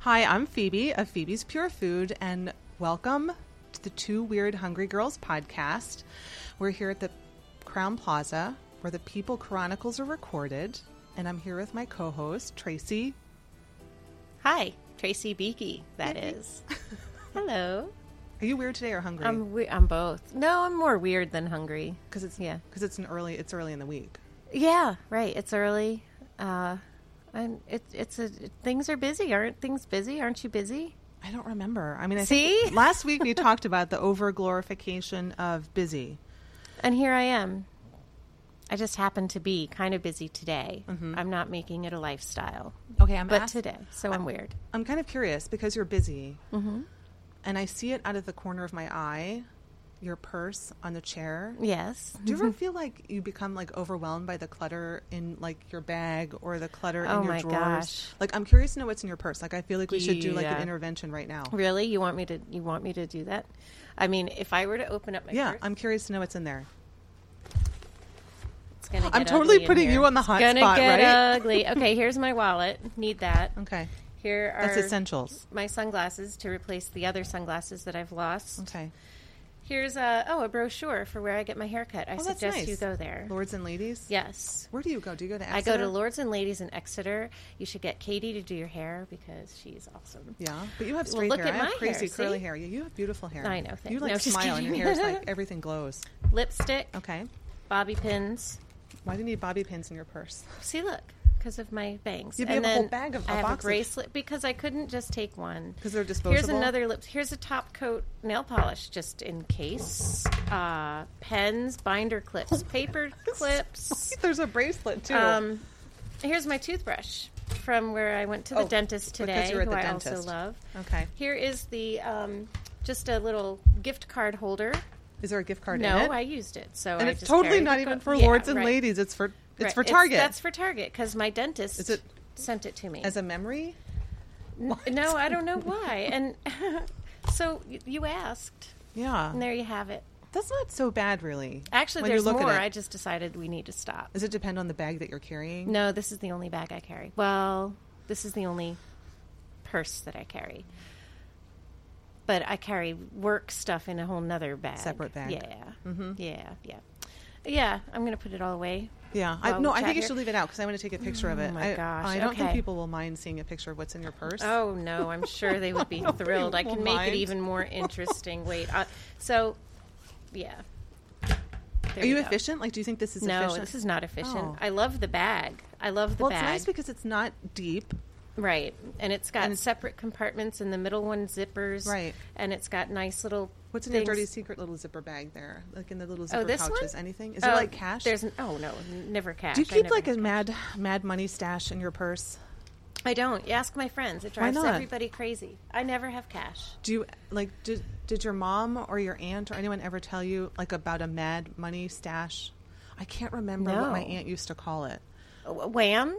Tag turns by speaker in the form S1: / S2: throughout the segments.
S1: Hi, I'm Phoebe of Phoebe's Pure Food, and welcome to the Two Weird Hungry Girls podcast. We're here at the Crown Plaza where the People Chronicles are recorded, and I'm here with my co host, Tracy.
S2: Hi, Tracy Beaky, that is. Hello.
S1: Are you weird today or hungry?
S2: I'm we- I'm both. No, I'm more weird than hungry.
S1: Because it's yeah.
S2: yeah.
S1: Because it's an early. It's early in the week.
S2: Yeah, right. It's early. Uh and it, it's a things are busy, aren't things busy? Aren't you busy?
S1: I don't remember. I mean, I
S2: See?
S1: think last week we talked about the over glorification of busy.
S2: And here I am. I just happen to be kind of busy today. I'm not making it a lifestyle,
S1: Okay, I'm
S2: but
S1: ask-
S2: today, so I'm weird.
S1: I'm kind of curious because you're busy,
S2: Mm-hmm.
S1: and I see it out of the corner of my eye, your purse on the chair.
S2: Yes.
S1: Do you ever feel like you become like overwhelmed by the clutter in like your bag or the clutter
S2: Oh
S1: in your
S2: my
S1: drawers?
S2: gosh.
S1: Like I'm curious to know what's in your purse. Like I feel like we should do like an
S2: Yeah.
S1: intervention right now.
S2: Really? You want me to you want me to do that? I mean, if I were to open up my
S1: Yeah,
S2: purse,
S1: I'm curious to know what's in there.
S2: it's gonna
S1: I'm
S2: get
S1: totally
S2: ugly in
S1: putting
S2: here.
S1: you on the
S2: It's
S1: hot
S2: gonna
S1: spot,
S2: get
S1: right?
S2: ugly. Okay, here's my wallet. Need that.
S1: Okay,
S2: Here are
S1: that's essentials.
S2: my sunglasses to replace the other sunglasses that I've lost.
S1: Okay,
S2: Here's a oh a brochure for where I get my haircut. I
S1: Oh, that's
S2: suggest
S1: nice.
S2: you go there.
S1: lords and ladies.
S2: Yes.
S1: Where do you go? Do you go to?
S2: I go to
S1: Exeter?
S2: Lords and Ladies in Exeter. You should get Katie to do your hair because she's awesome.
S1: Yeah, but you have
S2: Well,
S1: straight
S2: look
S1: hair.
S2: at
S1: I have
S2: my hair,
S1: crazy curly
S2: see?
S1: hair. Yeah, you have beautiful hair.
S2: I know, thank-
S1: You like
S2: no, I'm just
S1: smile and your
S2: kidding.
S1: hair's like everything glows.
S2: Lipstick,
S1: Okay.
S2: bobby pins.
S1: Why do you need bobby pins in your purse?
S2: See, look, because of my bangs.
S1: You have a whole bag of- a
S2: I have
S1: box
S2: a
S1: of-
S2: bracelet because I couldn't just take one.
S1: 'Cause they're
S2: Here's
S1: disposable?
S2: another lip. Here's a top coat nail polish just in case. Uh, pens, binder
S1: Oh
S2: clips, paper clips.
S1: There's a bracelet too.
S2: Um, here's my toothbrush from where I went to the
S1: Oh,
S2: dentist
S1: because
S2: today,
S1: you were at
S2: who
S1: the
S2: I
S1: dentist.
S2: also love.
S1: okay.
S2: Here is the um, just a little gift card holder.
S1: Is there a gift card in
S2: No,
S1: it?
S2: I used it, so
S1: and
S2: I
S1: it's
S2: just
S1: totally
S2: carried
S1: not
S2: it.
S1: even for
S2: Yeah,
S1: lords and
S2: right,
S1: ladies. It's for it's
S2: right.
S1: for Target.
S2: That's for Target because my dentist
S1: Is it-
S2: sent it to me.
S1: as a memory.
S2: N- No, I don't know why. And so y- you asked,
S1: Yeah.
S2: and there you have it.
S1: That's not so bad, really.
S2: Actually,
S1: when you
S2: there's
S1: look at
S2: more.
S1: it.
S2: I just decided we need to stop.
S1: Does it depend on the bag that you're carrying?
S2: No, this is the only bag I carry. Well, this is the only purse that I carry. But I carry work stuff in a whole nother bag.
S1: Separate bag. Mm-hmm.
S2: Yeah. Yeah. Yeah. Yeah. I'm going to put it all away.
S1: Yeah. I,
S2: While
S1: no,
S2: we
S1: I
S2: chat
S1: think you
S2: here- Oh
S1: should leave it out because I want to take a picture of it.
S2: my
S1: I,
S2: gosh,
S1: I don't think
S2: okay.
S1: people will mind seeing a picture of what's in your purse.
S2: Oh, no. I'm sure they would be thrilled. I
S1: will
S2: can make
S1: mind.
S2: it even more interesting. Wait. Uh, so, yeah. There
S1: Are you
S2: go.
S1: efficient? Like, do you think this is
S2: No,
S1: efficient?
S2: this is not efficient.
S1: Oh.
S2: I love the bag. I love the
S1: well,
S2: bag.
S1: it's nice because it's not deep.
S2: Right. And it's got
S1: And it's-
S2: separate compartments and the middle one zippers.
S1: Right.
S2: And it's got nice little
S1: What's in
S2: things.
S1: your dirty secret little zipper bag there? Like in the little zipper
S2: Oh, this
S1: pouches?
S2: one?
S1: Anything? Is there
S2: Oh,
S1: like cash?
S2: There's n- oh no, n- never cash.
S1: Do you
S2: I
S1: keep
S2: never
S1: like a
S2: have cash.
S1: mad mad money stash in your purse?
S2: I don't. You ask my friends. It
S1: Why
S2: drives
S1: not?
S2: everybody crazy. I never have cash.
S1: Do you like did did your mom or your aunt or anyone ever tell you like about a mad money stash? I can't remember what my
S2: No.
S1: aunt used to call it.
S2: Oh, Wham,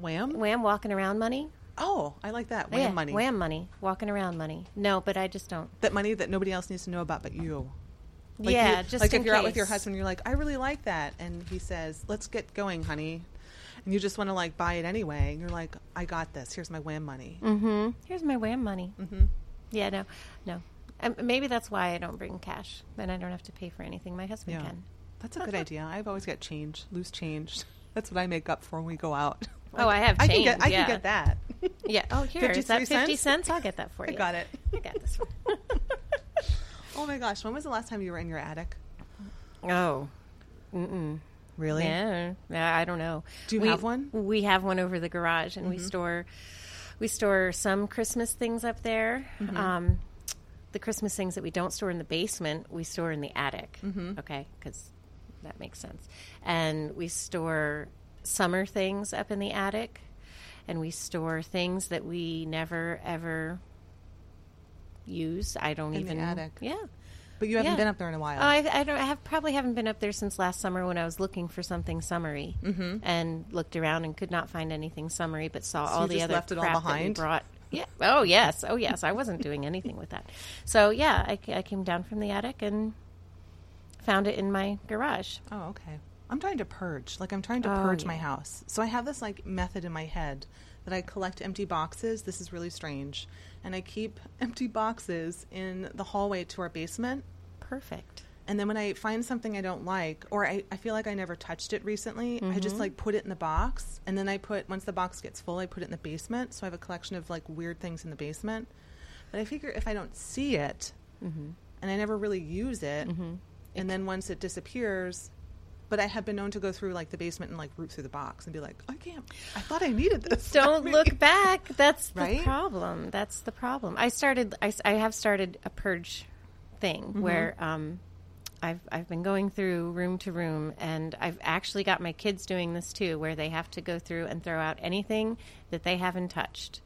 S1: Wham?
S2: wham, walking around money.
S1: Oh, I like that. Wham
S2: Yeah,
S1: money.
S2: Wham money, walking around money. No, but I just don't.
S1: That money that nobody else needs to know about but you. Like you-
S2: yeah, just
S1: like
S2: in
S1: if you're out with your
S2: case.
S1: husband, you're like, I really like that, and he says, "Let's get going, honey," and you just want to like buy it anyway. And you're like, "I got this. Here's my wham money."
S2: Here's my wham money. Mm-hmm. Yeah, no, no. Um, maybe that's why I don't bring cash. Then I don't have to pay for anything. My husband
S1: Yeah,
S2: can.
S1: that's a good idea. I've always got change, loose change. That's what I make up for when we go out.
S2: Oh, I have
S1: I can
S2: change,
S1: get, I
S2: yeah.
S1: can get that.
S2: Yeah. Oh, here is that
S1: 53
S2: fifty
S1: cents?
S2: cents? I'll get that for
S1: I
S2: you.
S1: got it.
S2: I got this one.
S1: Oh my gosh, when was the last time you were in your attic?
S2: Oh,
S1: Really?
S2: yeah. Yeah, I don't know.
S1: Do you
S2: We-
S1: have one? Mm-hmm.
S2: We have one over the garage, and we store we store some Christmas things up there.
S1: Mm-hmm.
S2: Um, the Christmas things that we don't store in the basement, we store in the attic.
S1: Mm-hmm.
S2: Okay, because that makes sense. And we store summer things up in the attic, and we store things that we never ever use. I don't
S1: In the
S2: even
S1: attic.
S2: Yeah.
S1: But you haven't
S2: Yeah.
S1: been up there in a while.
S2: Oh, I, I don't. I have probably haven't been up there since last summer when I was looking for something summery
S1: Mm-hmm.
S2: and looked around and could not find anything summery, but saw all
S1: you
S2: the
S1: just
S2: other
S1: left it all
S2: crap that we
S1: behind?
S2: brought. Yeah. Oh yes. Oh yes. I wasn't doing anything with that. So yeah, I, I came down from the attic and found it in my garage.
S1: oh, okay. I'm trying to purge. Like I'm trying to
S2: Oh,
S1: purge my
S2: yeah.
S1: house. So I have this like method in my head that I collect empty boxes. This is really strange. And I keep empty boxes in the hallway to our basement.
S2: Perfect.
S1: And then when I find something I don't like, or I, I feel like I never touched it recently, I
S2: Mm-hmm.
S1: just like put it in the box. And then I put, once the box gets full, I put it in the basement. So I have a collection of like weird things in the basement. But I figure if I don't see it
S2: Mm-hmm.
S1: and I never really use it, and then once it disappears, but I have been known to go through like the basement and like root through the box and be like, I can't, I thought I needed this.
S2: Don't look back. That's the
S1: Right?
S2: problem. That's the problem. I started. I, s- I have started a purge thing where um, I've I've been going through room to room, and I've actually got my kids doing this too, where they have to go through and throw out anything that they haven't touched.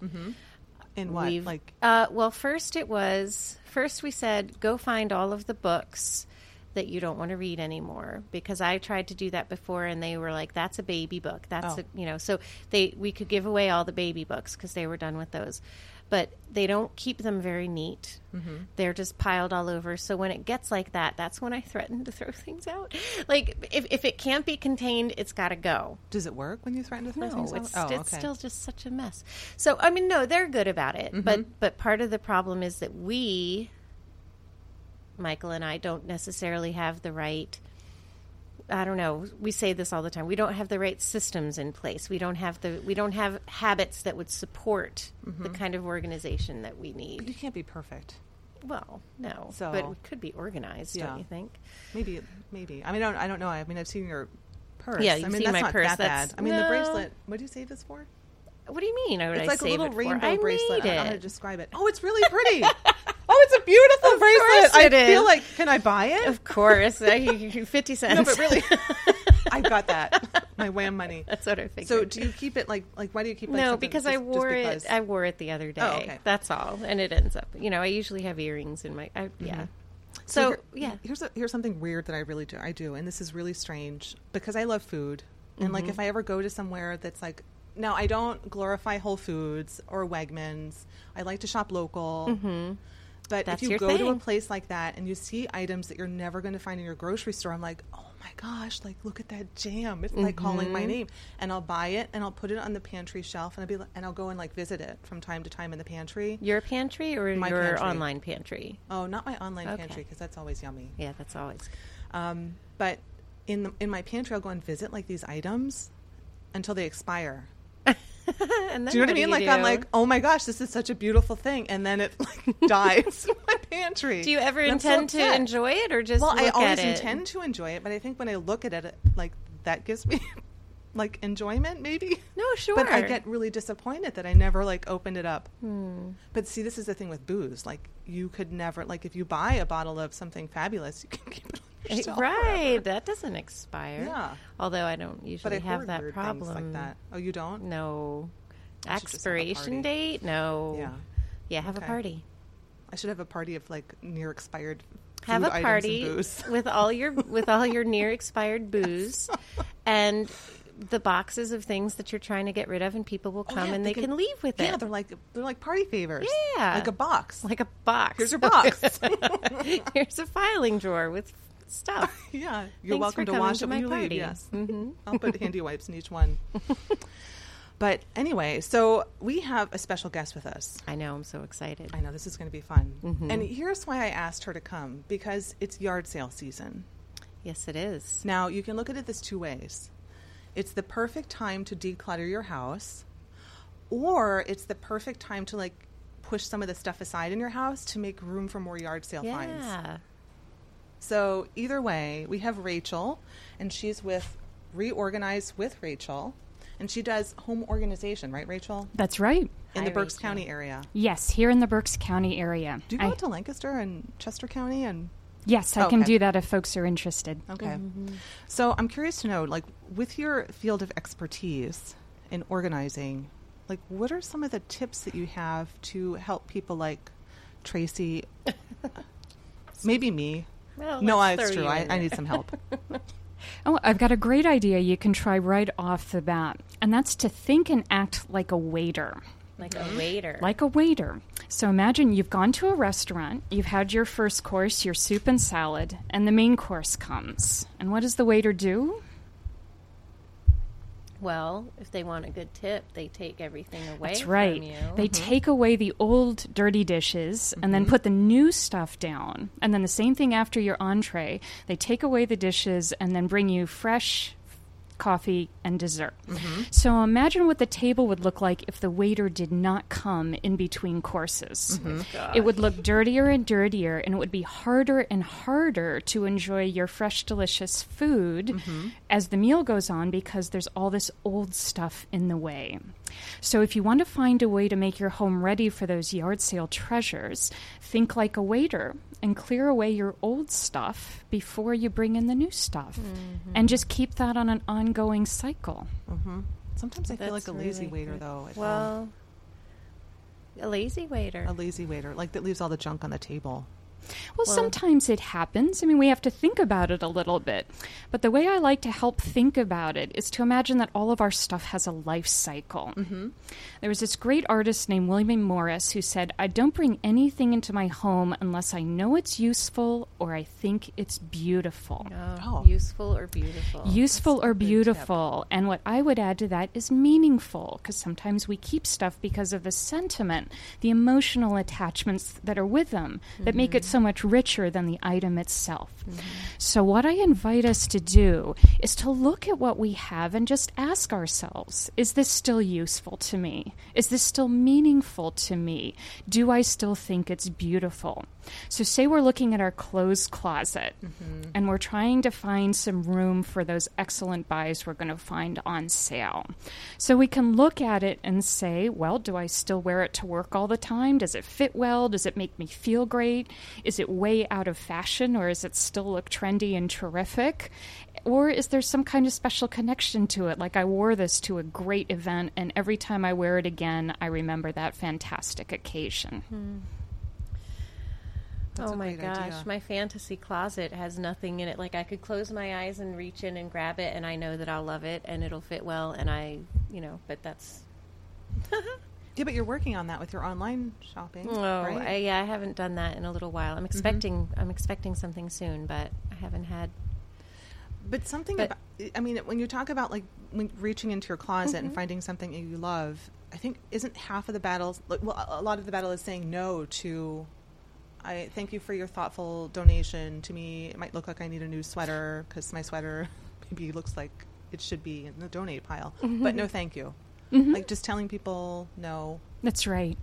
S1: In what?
S2: We've-
S1: Like,
S2: uh, well, first it was first we said go find all of the books that you don't want to read anymore because I tried to do that before and they were like that's a baby book that's
S1: Oh.
S2: a, you know so they we could give away all the baby books because they were done with those but they don't keep them very neat
S1: Mm-hmm.
S2: they're just piled all over so when it gets like that that's when I threaten to throw things out like if, if it can't be contained it's got to go
S1: does it work when you threaten to throw
S2: no,
S1: things out?
S2: it's,
S1: Oh,
S2: it's
S1: okay.
S2: still just such a mess. So I mean, no, they're good about it,
S1: Mm-hmm.
S2: but but part of the problem is that we, Michael and I, don't necessarily have the right. I don't know. We say this all the time. We don't have the right systems in place. We don't have the we don't have habits that would support
S1: Mm-hmm.
S2: the kind of organization that we
S1: You
S2: need.
S1: can't be perfect.
S2: Well, no,
S1: So-
S2: but we could be organized,
S1: Yeah.
S2: don't you think?
S1: Maybe, maybe. I mean, I don't, I don't know. I mean, I've seen your purse.
S2: Yeah,
S1: I
S2: you've
S1: mean, that's
S2: seen my
S1: not
S2: purse.
S1: that
S2: That's-
S1: bad. I mean, the
S2: No.
S1: bracelet. What do you save this for?
S2: What do you mean? Or would
S1: It's
S2: I
S1: like a
S2: save
S1: little
S2: it for?
S1: rainbow
S2: I
S1: bracelet.
S2: need
S1: I don't know how to
S2: it.
S1: describe it. Oh, it's really pretty. oh, it's a beautiful
S2: Of course
S1: bracelet.
S2: it
S1: I feel
S2: is.
S1: like, can I buy it?
S2: Of course, I- fifty cents.
S1: No, but really, I got that. My wham money.
S2: That's what I figured.
S1: So, do you keep it like like? Why do you keep like
S2: no,
S1: something
S2: because
S1: just-
S2: I
S1: just
S2: wore
S1: because? Oh,
S2: it. I wore it the other day.
S1: okay.
S2: That's all, and it ends up. You know, I usually have earrings in my. I,
S1: Mm-hmm.
S2: Yeah. So,
S1: here-
S2: yeah,
S1: here's a, here's something weird that I really do. I do, and this is really strange because I love food, and
S2: Mm-hmm.
S1: like if I ever go to somewhere that's like. Now I don't glorify Whole Foods or Wegmans. I like to shop local. But
S2: Mm-hmm. That's
S1: if you
S2: your
S1: go to a
S2: thing.
S1: place like that and you see items that you're never going to find in your grocery store, I'm like, oh my gosh, like look at that jam! It's like calling
S2: Mm-hmm.
S1: my name. And I'll buy it and I'll put it on the pantry shelf and I'll be li- and I'll go and like visit it from time to time in the pantry.
S2: your pantry or
S1: My
S2: your
S1: pantry.
S2: online pantry.
S1: Oh, not my online
S2: Okay.
S1: pantry because that's always yummy.
S2: Yeah, that's always.
S1: Um, but in the, in my pantry, I'll go and visit like these items until they expire.
S2: and then
S1: Do you know what I mean? Like I'm
S2: do?
S1: like, oh my gosh, this is such a beautiful thing, and then it like dies in my pantry.
S2: do you ever
S1: And I'm so
S2: intend to
S1: upset.
S2: enjoy it or just?
S1: Well, I
S2: look
S1: always
S2: at it?
S1: intend to enjoy it, but I think when I look at it, like that gives me like enjoyment, maybe.
S2: No,
S1: But I
S2: sure.
S1: get really disappointed that I never like opened it up.
S2: Hmm.
S1: But see, this is the thing with booze. Like you could never like if you buy a bottle of something fabulous, you can keep it on your
S2: It-
S1: shelf
S2: Eh, right,
S1: forever.
S2: that doesn't expire.
S1: Yeah.
S2: Although I don't
S1: But
S2: usually
S1: I
S2: have
S1: hoard
S2: that
S1: weird
S2: problem.
S1: things like that. Oh, you don't?
S2: No.
S1: should just have a party.
S2: Expiration date? No.
S1: Yeah.
S2: Yeah, have
S1: Okay.
S2: a party.
S1: I should have a party of like near expired.
S2: have
S1: food items
S2: a
S1: and
S2: party
S1: booze.
S2: with all your with all your near expired booze and the boxes of things that you're trying to get rid of and people will
S1: Oh,
S2: come
S1: yeah,
S2: and they, can, leave with
S1: Yeah,
S2: it
S1: they're like they're like party favors.
S2: Yeah.
S1: like a box.
S2: like a box
S1: Here's your box.
S2: here's a filing drawer with stuff
S1: yeah, you're
S2: Thanks
S1: welcome
S2: for
S1: to
S2: coming
S1: wash
S2: to
S1: it
S2: my
S1: when you leave.
S2: party. Mm-hmm.
S1: Yes, I'll put handy wipes in each one. but anyway, so we have a special guest with us.
S2: i know i'm so excited
S1: I know this is going to be fun,
S2: Mm-hmm.
S1: and here's why I asked her to come because it's yard sale season.
S2: yes it is
S1: Now, you can look at it this two ways it's the perfect time to declutter your house, or it's the perfect time to like push some of the stuff aside in your house to make room for more yard sale finds.
S2: yeah
S1: So, either way, we have Rachel, and she's with Reorganize with Rachel, and she does home organization, right, Rachel?
S3: That's right.
S1: In
S2: Hi,
S1: the Berks
S2: Rachel.
S1: County area.
S3: Yes, here in the Berks County area.
S1: Do you go
S3: I-
S1: out to Lancaster and Chester County and
S3: yes, I can
S1: Okay.
S3: do that if folks are interested.
S1: Okay.
S2: Mm-hmm.
S1: So I'm curious to know, like, with your field of expertise in organizing, like, what are some of the tips that you have to help people like Tracy, maybe me?
S2: Well,
S1: no, I, it's
S2: let's throw
S1: true.
S2: you
S1: I,
S2: in
S1: I
S2: there.
S1: need some help.
S3: Oh, I've got a great idea you can try right off the bat, and that's to think and act like a waiter.
S2: like a
S1: Mm-hmm.
S2: waiter
S3: Like a waiter. So imagine you've gone to a restaurant, you've had your first course, your soup and salad, and the main course comes. And what does the waiter do?
S2: Well, if they want a good tip, they take everything away
S3: That's right.
S2: from you.
S3: They take away the old dirty dishes and then put the new stuff down. And then the same thing after your entree. They take away the dishes and then bring you fresh coffee and dessert. So imagine what the table would look like if the waiter did not come in between courses.
S2: Oh,
S3: It would look dirtier and dirtier and it would be harder and harder to enjoy your fresh delicious food as the meal goes on because there's all this old stuff in the way. So if you want to find a way to make your home ready for those yard sale treasures, think like a waiter and clear away your old stuff before you bring in the new stuff
S2: Mm-hmm.
S3: and just keep that on an ongoing cycle.
S1: Mm-hmm. Sometimes I feel like
S2: That's
S1: a lazy
S2: really
S1: waiter,
S2: good.
S1: though. at home.
S2: Well, a lazy waiter.
S1: a lazy waiter, like that leaves all the junk on the table.
S3: Well, sometimes it happens. I mean, we have to think about it a little bit. But the way I like to help think about it is to imagine that all of our stuff has a life cycle. Mm-hmm. There was this great artist named William A. Morris who said, I don't bring anything into my home unless I know it's useful or I think it's beautiful.
S2: Oh,
S1: Oh.
S2: useful or beautiful.
S3: Useful
S2: That's
S3: or
S2: a good tip.
S3: beautiful. And what I would add to that is meaningful, because sometimes we keep stuff because of the sentiment, the emotional attachments that are with them that make
S2: Mm-hmm.
S3: it so much richer than the item itself. So, what I invite us to do is to look at what we have and just ask ourselves is this still useful to me? Is this still meaningful to me? Do I still think it's beautiful? So, say we're looking at our clothes closet and we're trying to find some room for those excellent buys we're going to find on sale. So, we can look at it and say, well, do I still wear it to work all the time? Does it fit well? Does it make me feel great? Is it way out of fashion or does it still look trendy and terrific? Or is there some kind of special connection to it? Like I wore this to a great event, and every time I wear it again, I remember that fantastic occasion.
S1: That's
S2: oh
S1: a
S2: my
S1: great
S2: gosh,
S1: idea.
S2: my fantasy closet has nothing in it. Like I could close my eyes and reach in and grab it, and I know that I'll love it and it'll fit well. And I, you know, but that's
S1: Yeah, but you're working on that with your online shopping.
S2: oh,
S1: right? Mm-hmm.
S2: I, yeah, I haven't done that in a little while. I'm expecting, I'm expecting something soon, but I haven't had.
S1: But something
S2: But-
S1: about, I mean, when you talk about like when reaching into your closet
S2: Mm-hmm.
S1: and finding something that you love, I think isn't half of the battle, like, well, a a lot of the battle is saying no to, I thank you for your thoughtful donation to me. It might look like I need a new sweater because my sweater maybe looks like it should be in the donate pile,
S2: Mm-hmm.
S1: but no thank you. Like just telling people no.
S3: That's right.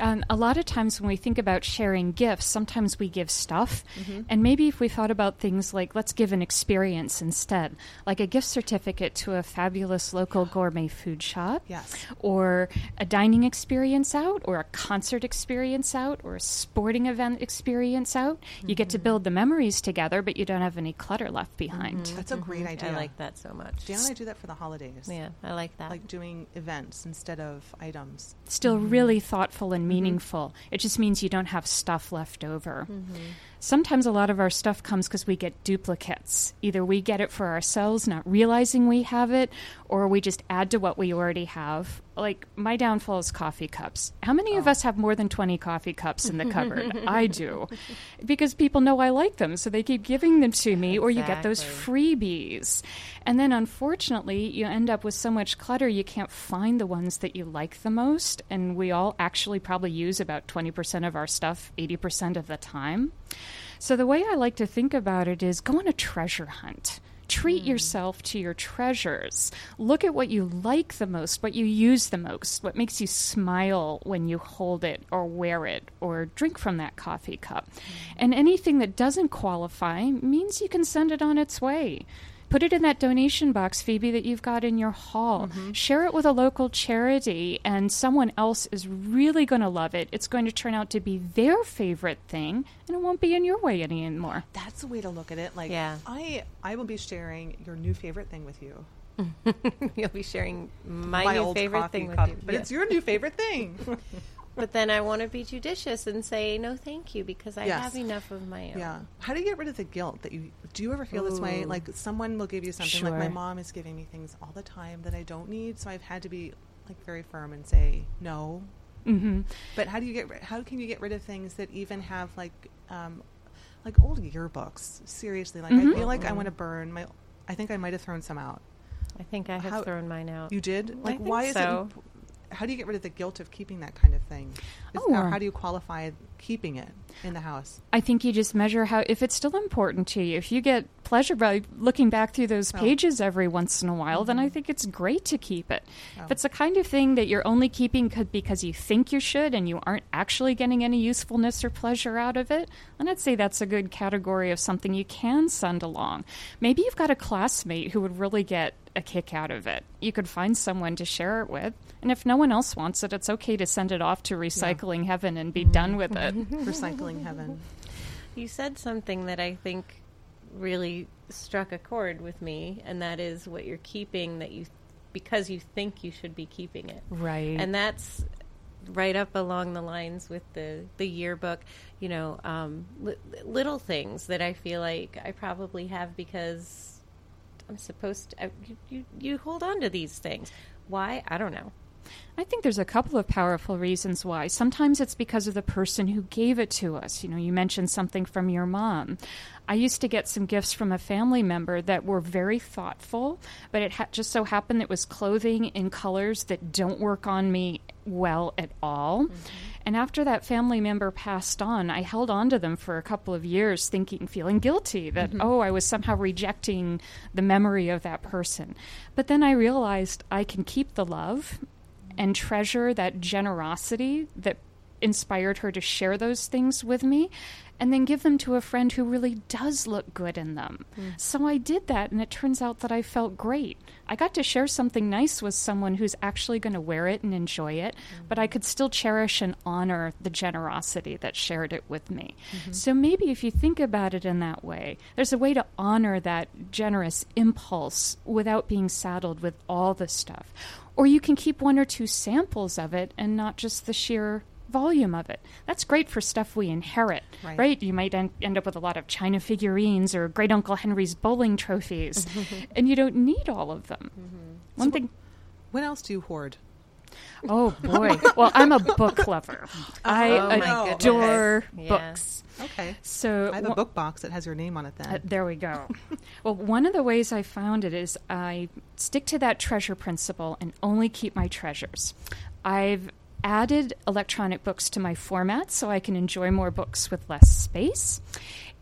S3: Um, a lot of times when we think about sharing gifts, sometimes we give stuff. And maybe if we thought about things like, let's give an experience instead, like a gift certificate to a fabulous local gourmet food shop,
S1: Yes.
S2: Oh,
S3: or a dining experience out, or a concert experience out, or a sporting event experience out, you get to build the memories together, but you don't have any clutter left behind.
S1: That's a great idea.
S2: mm-hmm. I like that so much.
S1: Dan and I do that for the holidays.
S2: Yeah, I like that.
S1: Like doing events instead of items.
S3: still really thoughtful and meaningful. It just means you don't have stuff left over.
S2: Mm-hmm.
S3: Sometimes a lot of our stuff comes because we get duplicates. Either we get it for ourselves, not realizing we have it, or we just add to what we already have. Like, my downfall is coffee cups. How many of us have more than 20 coffee cups in the cupboard? I do. Because people know I like them, so they keep giving them to me, or you get those
S2: Exactly.
S3: freebies. And then unfortunately, you end up with so much clutter you can't find the ones that you like the most. And we all actually probably use about 20% of our stuff 80% of the time. So the way I like to think about it is go on a treasure hunt. Treat yourself to your treasures. Look at what you like the most, what you use the most, what makes you smile when you hold it or wear it or drink from that coffee cup. And anything that doesn't qualify means you can send it on its way. Put it in that donation box, Phoebe, that you've got in your hall. Share it with a local charity, and someone else is really going to love it. It's going to turn out to be their favorite thing, and it won't be in your way anymore.
S1: That's a way to look at it. Like,
S2: Yeah.
S1: I I will be sharing your new favorite thing with you.
S2: You'll be sharing my, new favorite thing with
S1: cup,
S2: you.
S1: but
S2: Yeah.
S1: it's your new favorite thing.
S2: But then I want to be judicious and say no, thank you, because I
S1: Yes.
S2: have enough of my own.
S1: yeah. How do you get rid of the guilt that you? Do you ever feel this way?
S2: Ooh.
S1: Like someone will give you something. Like my
S3: Sure.
S1: mom is giving me things all the time that I don't need, so I've had to be like very firm and say no.
S3: hmm
S1: But how do you get? ri- How can you get rid of things that even have like, um, like
S2: Mm-hmm.
S1: old yearbooks? Seriously, like I feel like I want to burn my. I think I might have thrown some out.
S2: I think I have
S1: How-
S2: thrown mine out.
S1: You did? Like,
S2: think
S1: why is
S2: so.
S1: it? How do you get rid of the guilt of keeping that kind of thing? Is-
S3: Oh.
S1: Or how do you qualify keeping it in the house?
S3: I think you just measure how if it's still important to you. If you get pleasure by looking back through those
S1: Oh. Mm-hmm.
S3: pages every once in a while, then I think it's great to keep it.
S1: Oh.
S3: If it's the kind of thing that you're only keeping c- because you think you should and you aren't actually getting any usefulness or pleasure out of it, then I'd say that's a good category of something you can send along. Maybe you've got a classmate who would really get a kick out of it. You could find someone to share it with, and if no one else wants it, it's okay to send it off to recycling heaven and
S1: Mm-hmm.
S3: be done with it.
S1: Recycling heaven.
S2: You said something that I think really struck a chord with me, and that is what you're keeping that you because you think you should be keeping it.
S3: Right.
S2: And that's right up along the lines with the the yearbook, you know, um, li- little things that I feel like I probably have because I'm supposed to I, you, you you hold on to these things. Why? I don't know.
S3: I think there's a couple of powerful reasons why. Sometimes it's because of the person who gave it to us. You know, you mentioned something from your mom. I used to get some gifts from a family member that were very thoughtful, but it ha- just so happened it was clothing in colors that don't work on me well at all. And after that family member passed on, I held on to them for a couple of years, thinking, feeling guilty that, oh, I was somehow rejecting the memory of that person. But then I realized I can keep the love and treasure that generosity that inspired her to share those things with me and then give them to a friend who really does look good in them. So I did that and it turns out that I felt great. I got to share something nice with someone who's actually going to wear it and enjoy it, but I could still cherish and honor the generosity that shared it with me. So maybe if you think about it in that way, there's a way to honor that generous impulse without being saddled with all the stuff. Or you can keep one or two samples of it and not just the sheer volume of it. That's great for stuff we inherit,
S1: Right.
S3: right? You might en- end up with a lot of China figurines or Great Uncle Henry's bowling trophies, and you don't need all of them.
S2: Mm-hmm.
S3: One thing.
S1: When else do you hoard?
S3: Oh boy! well, I'm a book lover.
S2: Oh,
S3: I
S1: my
S3: adore
S2: goodness. Yeah.
S3: books.
S1: Okay.
S3: So
S1: I have a book box that has your name on it. Then
S3: uh, there we go. well, one of the ways I found it is I stick to that treasure principle and only keep my treasures. I've added electronic books to my format so I can enjoy more books with less space.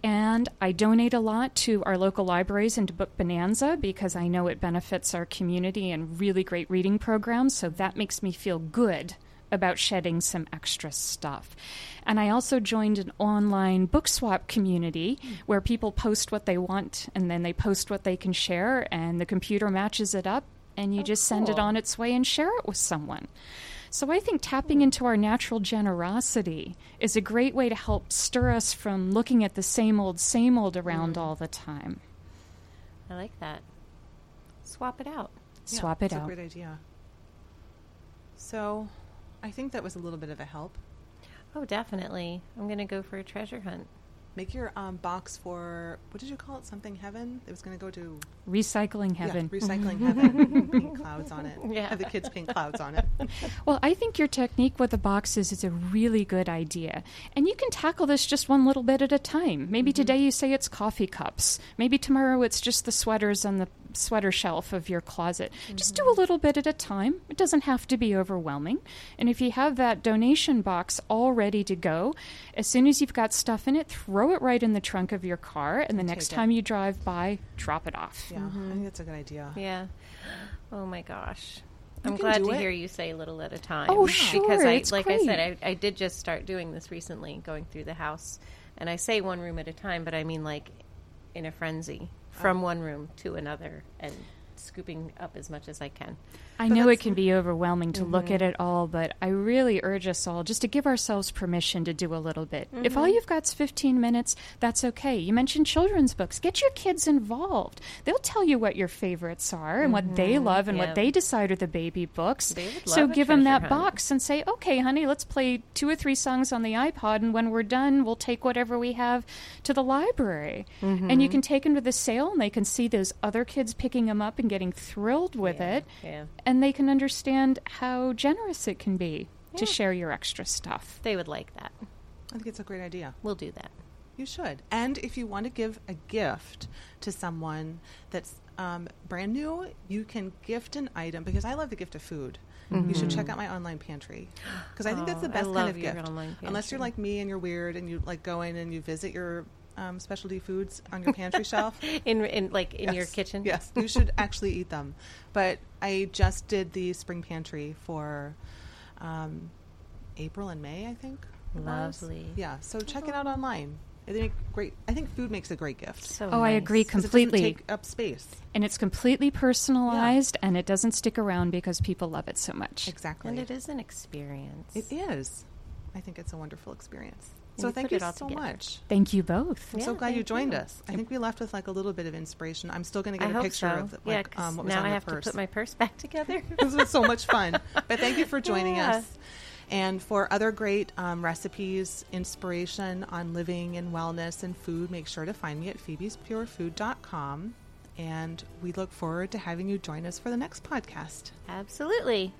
S3: And I donate a lot to our local libraries and to Book Bonanza because I know it benefits our community and really great reading programs. So that makes me feel good about shedding some extra stuff. And I also joined an online book swap community
S1: Hmm.
S3: where people post what they want and then they post what they can share, and the computer matches it up, and
S1: Oh,
S3: you just send it
S2: cool.
S3: on its way and share it with someone. So I think tapping
S1: Hmm.
S3: into our natural generosity is a great way to help stir us from looking at the same old, same old around
S1: Hmm.
S3: all the time.
S2: I like that. Swap it out.
S1: Yeah,
S3: Swap it
S1: that's
S3: out.
S1: A great idea. So, I think that was a little bit of a help.
S2: Oh, definitely. I'm going to go for a treasure hunt.
S1: Make your um, box for what did you call it? Something heaven. It was going to go to
S3: Recycling
S1: yeah,
S3: heaven.
S1: recycling heaven. pink clouds on it.
S2: Yeah.
S1: Have the kids paint clouds on it.
S3: Well, I think your technique with the boxes is a really good idea. And you can tackle this just one little bit at a time. Maybe
S1: Mm-hmm.
S3: today you say it's coffee cups. Maybe tomorrow it's just the sweaters on the sweater shelf of your closet. Just do a
S1: Mm-hmm.
S3: little bit at a time. It doesn't have to be overwhelming. And if you have that donation box all ready to go, as soon as you've got stuff in it, throw it right in the trunk of your car. And the next
S1: take it.
S3: time you drive by, drop it off.
S1: Yeah, I think that's a good idea.
S2: Yeah. Oh my gosh. I'm
S1: can
S2: glad
S1: do
S2: to
S1: it.
S2: hear you say little at a time.
S3: Oh, sure,
S2: Because I,
S3: it's
S2: like I said,
S3: great.
S2: I, I did just start doing this recently, going through the house, and I say one room at a time, but I mean like in a frenzy,
S1: Oh.
S2: from one room to another, and scooping up as much as I can.
S3: I know it can be overwhelming to look
S2: Mm-hmm.
S3: at it all, but I really urge us all just to give ourselves permission to do a little bit. If
S2: Mm-hmm.
S3: all you've got is 15 minutes, that's okay. You mentioned children's books. Get your kids involved. They'll tell you what your favorites are and what they love and
S2: Mm-hmm. Yeah.
S3: what they decide are the baby books.
S2: They would
S3: So
S2: love a
S3: give them that
S2: treasure hunt.
S3: box and say, okay, honey, let's play two or three songs on the iPod, and when we're done, we'll take whatever we have to the library. And
S2: Mm-hmm.
S3: you can take them to the sale, and they can see those other kids picking them up and getting thrilled with
S2: Yeah,
S3: it
S2: Yeah.
S3: and they can understand how generous it can be to share your extra stuff.
S2: They would like that.
S1: I think it's a great idea.
S2: We'll do that.
S1: You should. And if you want to give a gift to someone that's um, brand new, you can gift an item because I love the gift of food. You should check out my online pantry because I think that's the
S2: Mm-hmm. Oh, I
S1: best kind
S2: love
S1: of
S2: your
S1: gift.
S2: online
S1: Unless you're
S2: pantry.
S1: like me and you're weird and you like go in and you visit your um, specialty foods on your pantry shelf.
S2: in in like in your
S1: Yes,
S2: kitchen.
S1: Yes, you should actually eat them. But I just did the spring pantry for um, April and May, I think. it was.
S2: Lovely.
S1: Yeah, so check it out online. I think great. I think food makes a great gift.
S2: So
S3: Oh, I
S2: nice.
S3: agree
S1: 'Cause it doesn't
S3: completely.
S1: take up space.
S3: and it's completely personalized and it doesn't stick around because people love it so much.
S1: Exactly.
S2: And it is an experience.
S1: It is. I think it's a wonderful experience.
S2: And
S1: so
S2: you
S1: thank
S2: put
S1: you
S2: it all
S1: so
S2: together.
S1: much.
S3: Thank you both.
S1: I'm so
S2: Yeah,
S1: glad you
S2: thank
S1: joined
S2: you.
S1: us. I think we left with like a little bit of inspiration. I'm still going to
S2: I
S1: get a
S2: hope
S1: picture
S2: so.
S1: of the,
S2: yeah,
S1: like
S2: 'cause
S1: um, what was
S2: now
S1: on
S2: I
S1: your
S2: have
S1: purse.
S2: to put my purse back together.
S1: this was so much fun. But thank you for joining
S2: Yeah.
S1: us. And for other great um, recipes, inspiration on living and wellness and food, make sure to find me at phoebe'spurefood.com. And we look forward to having you join us for the next podcast.
S2: Absolutely.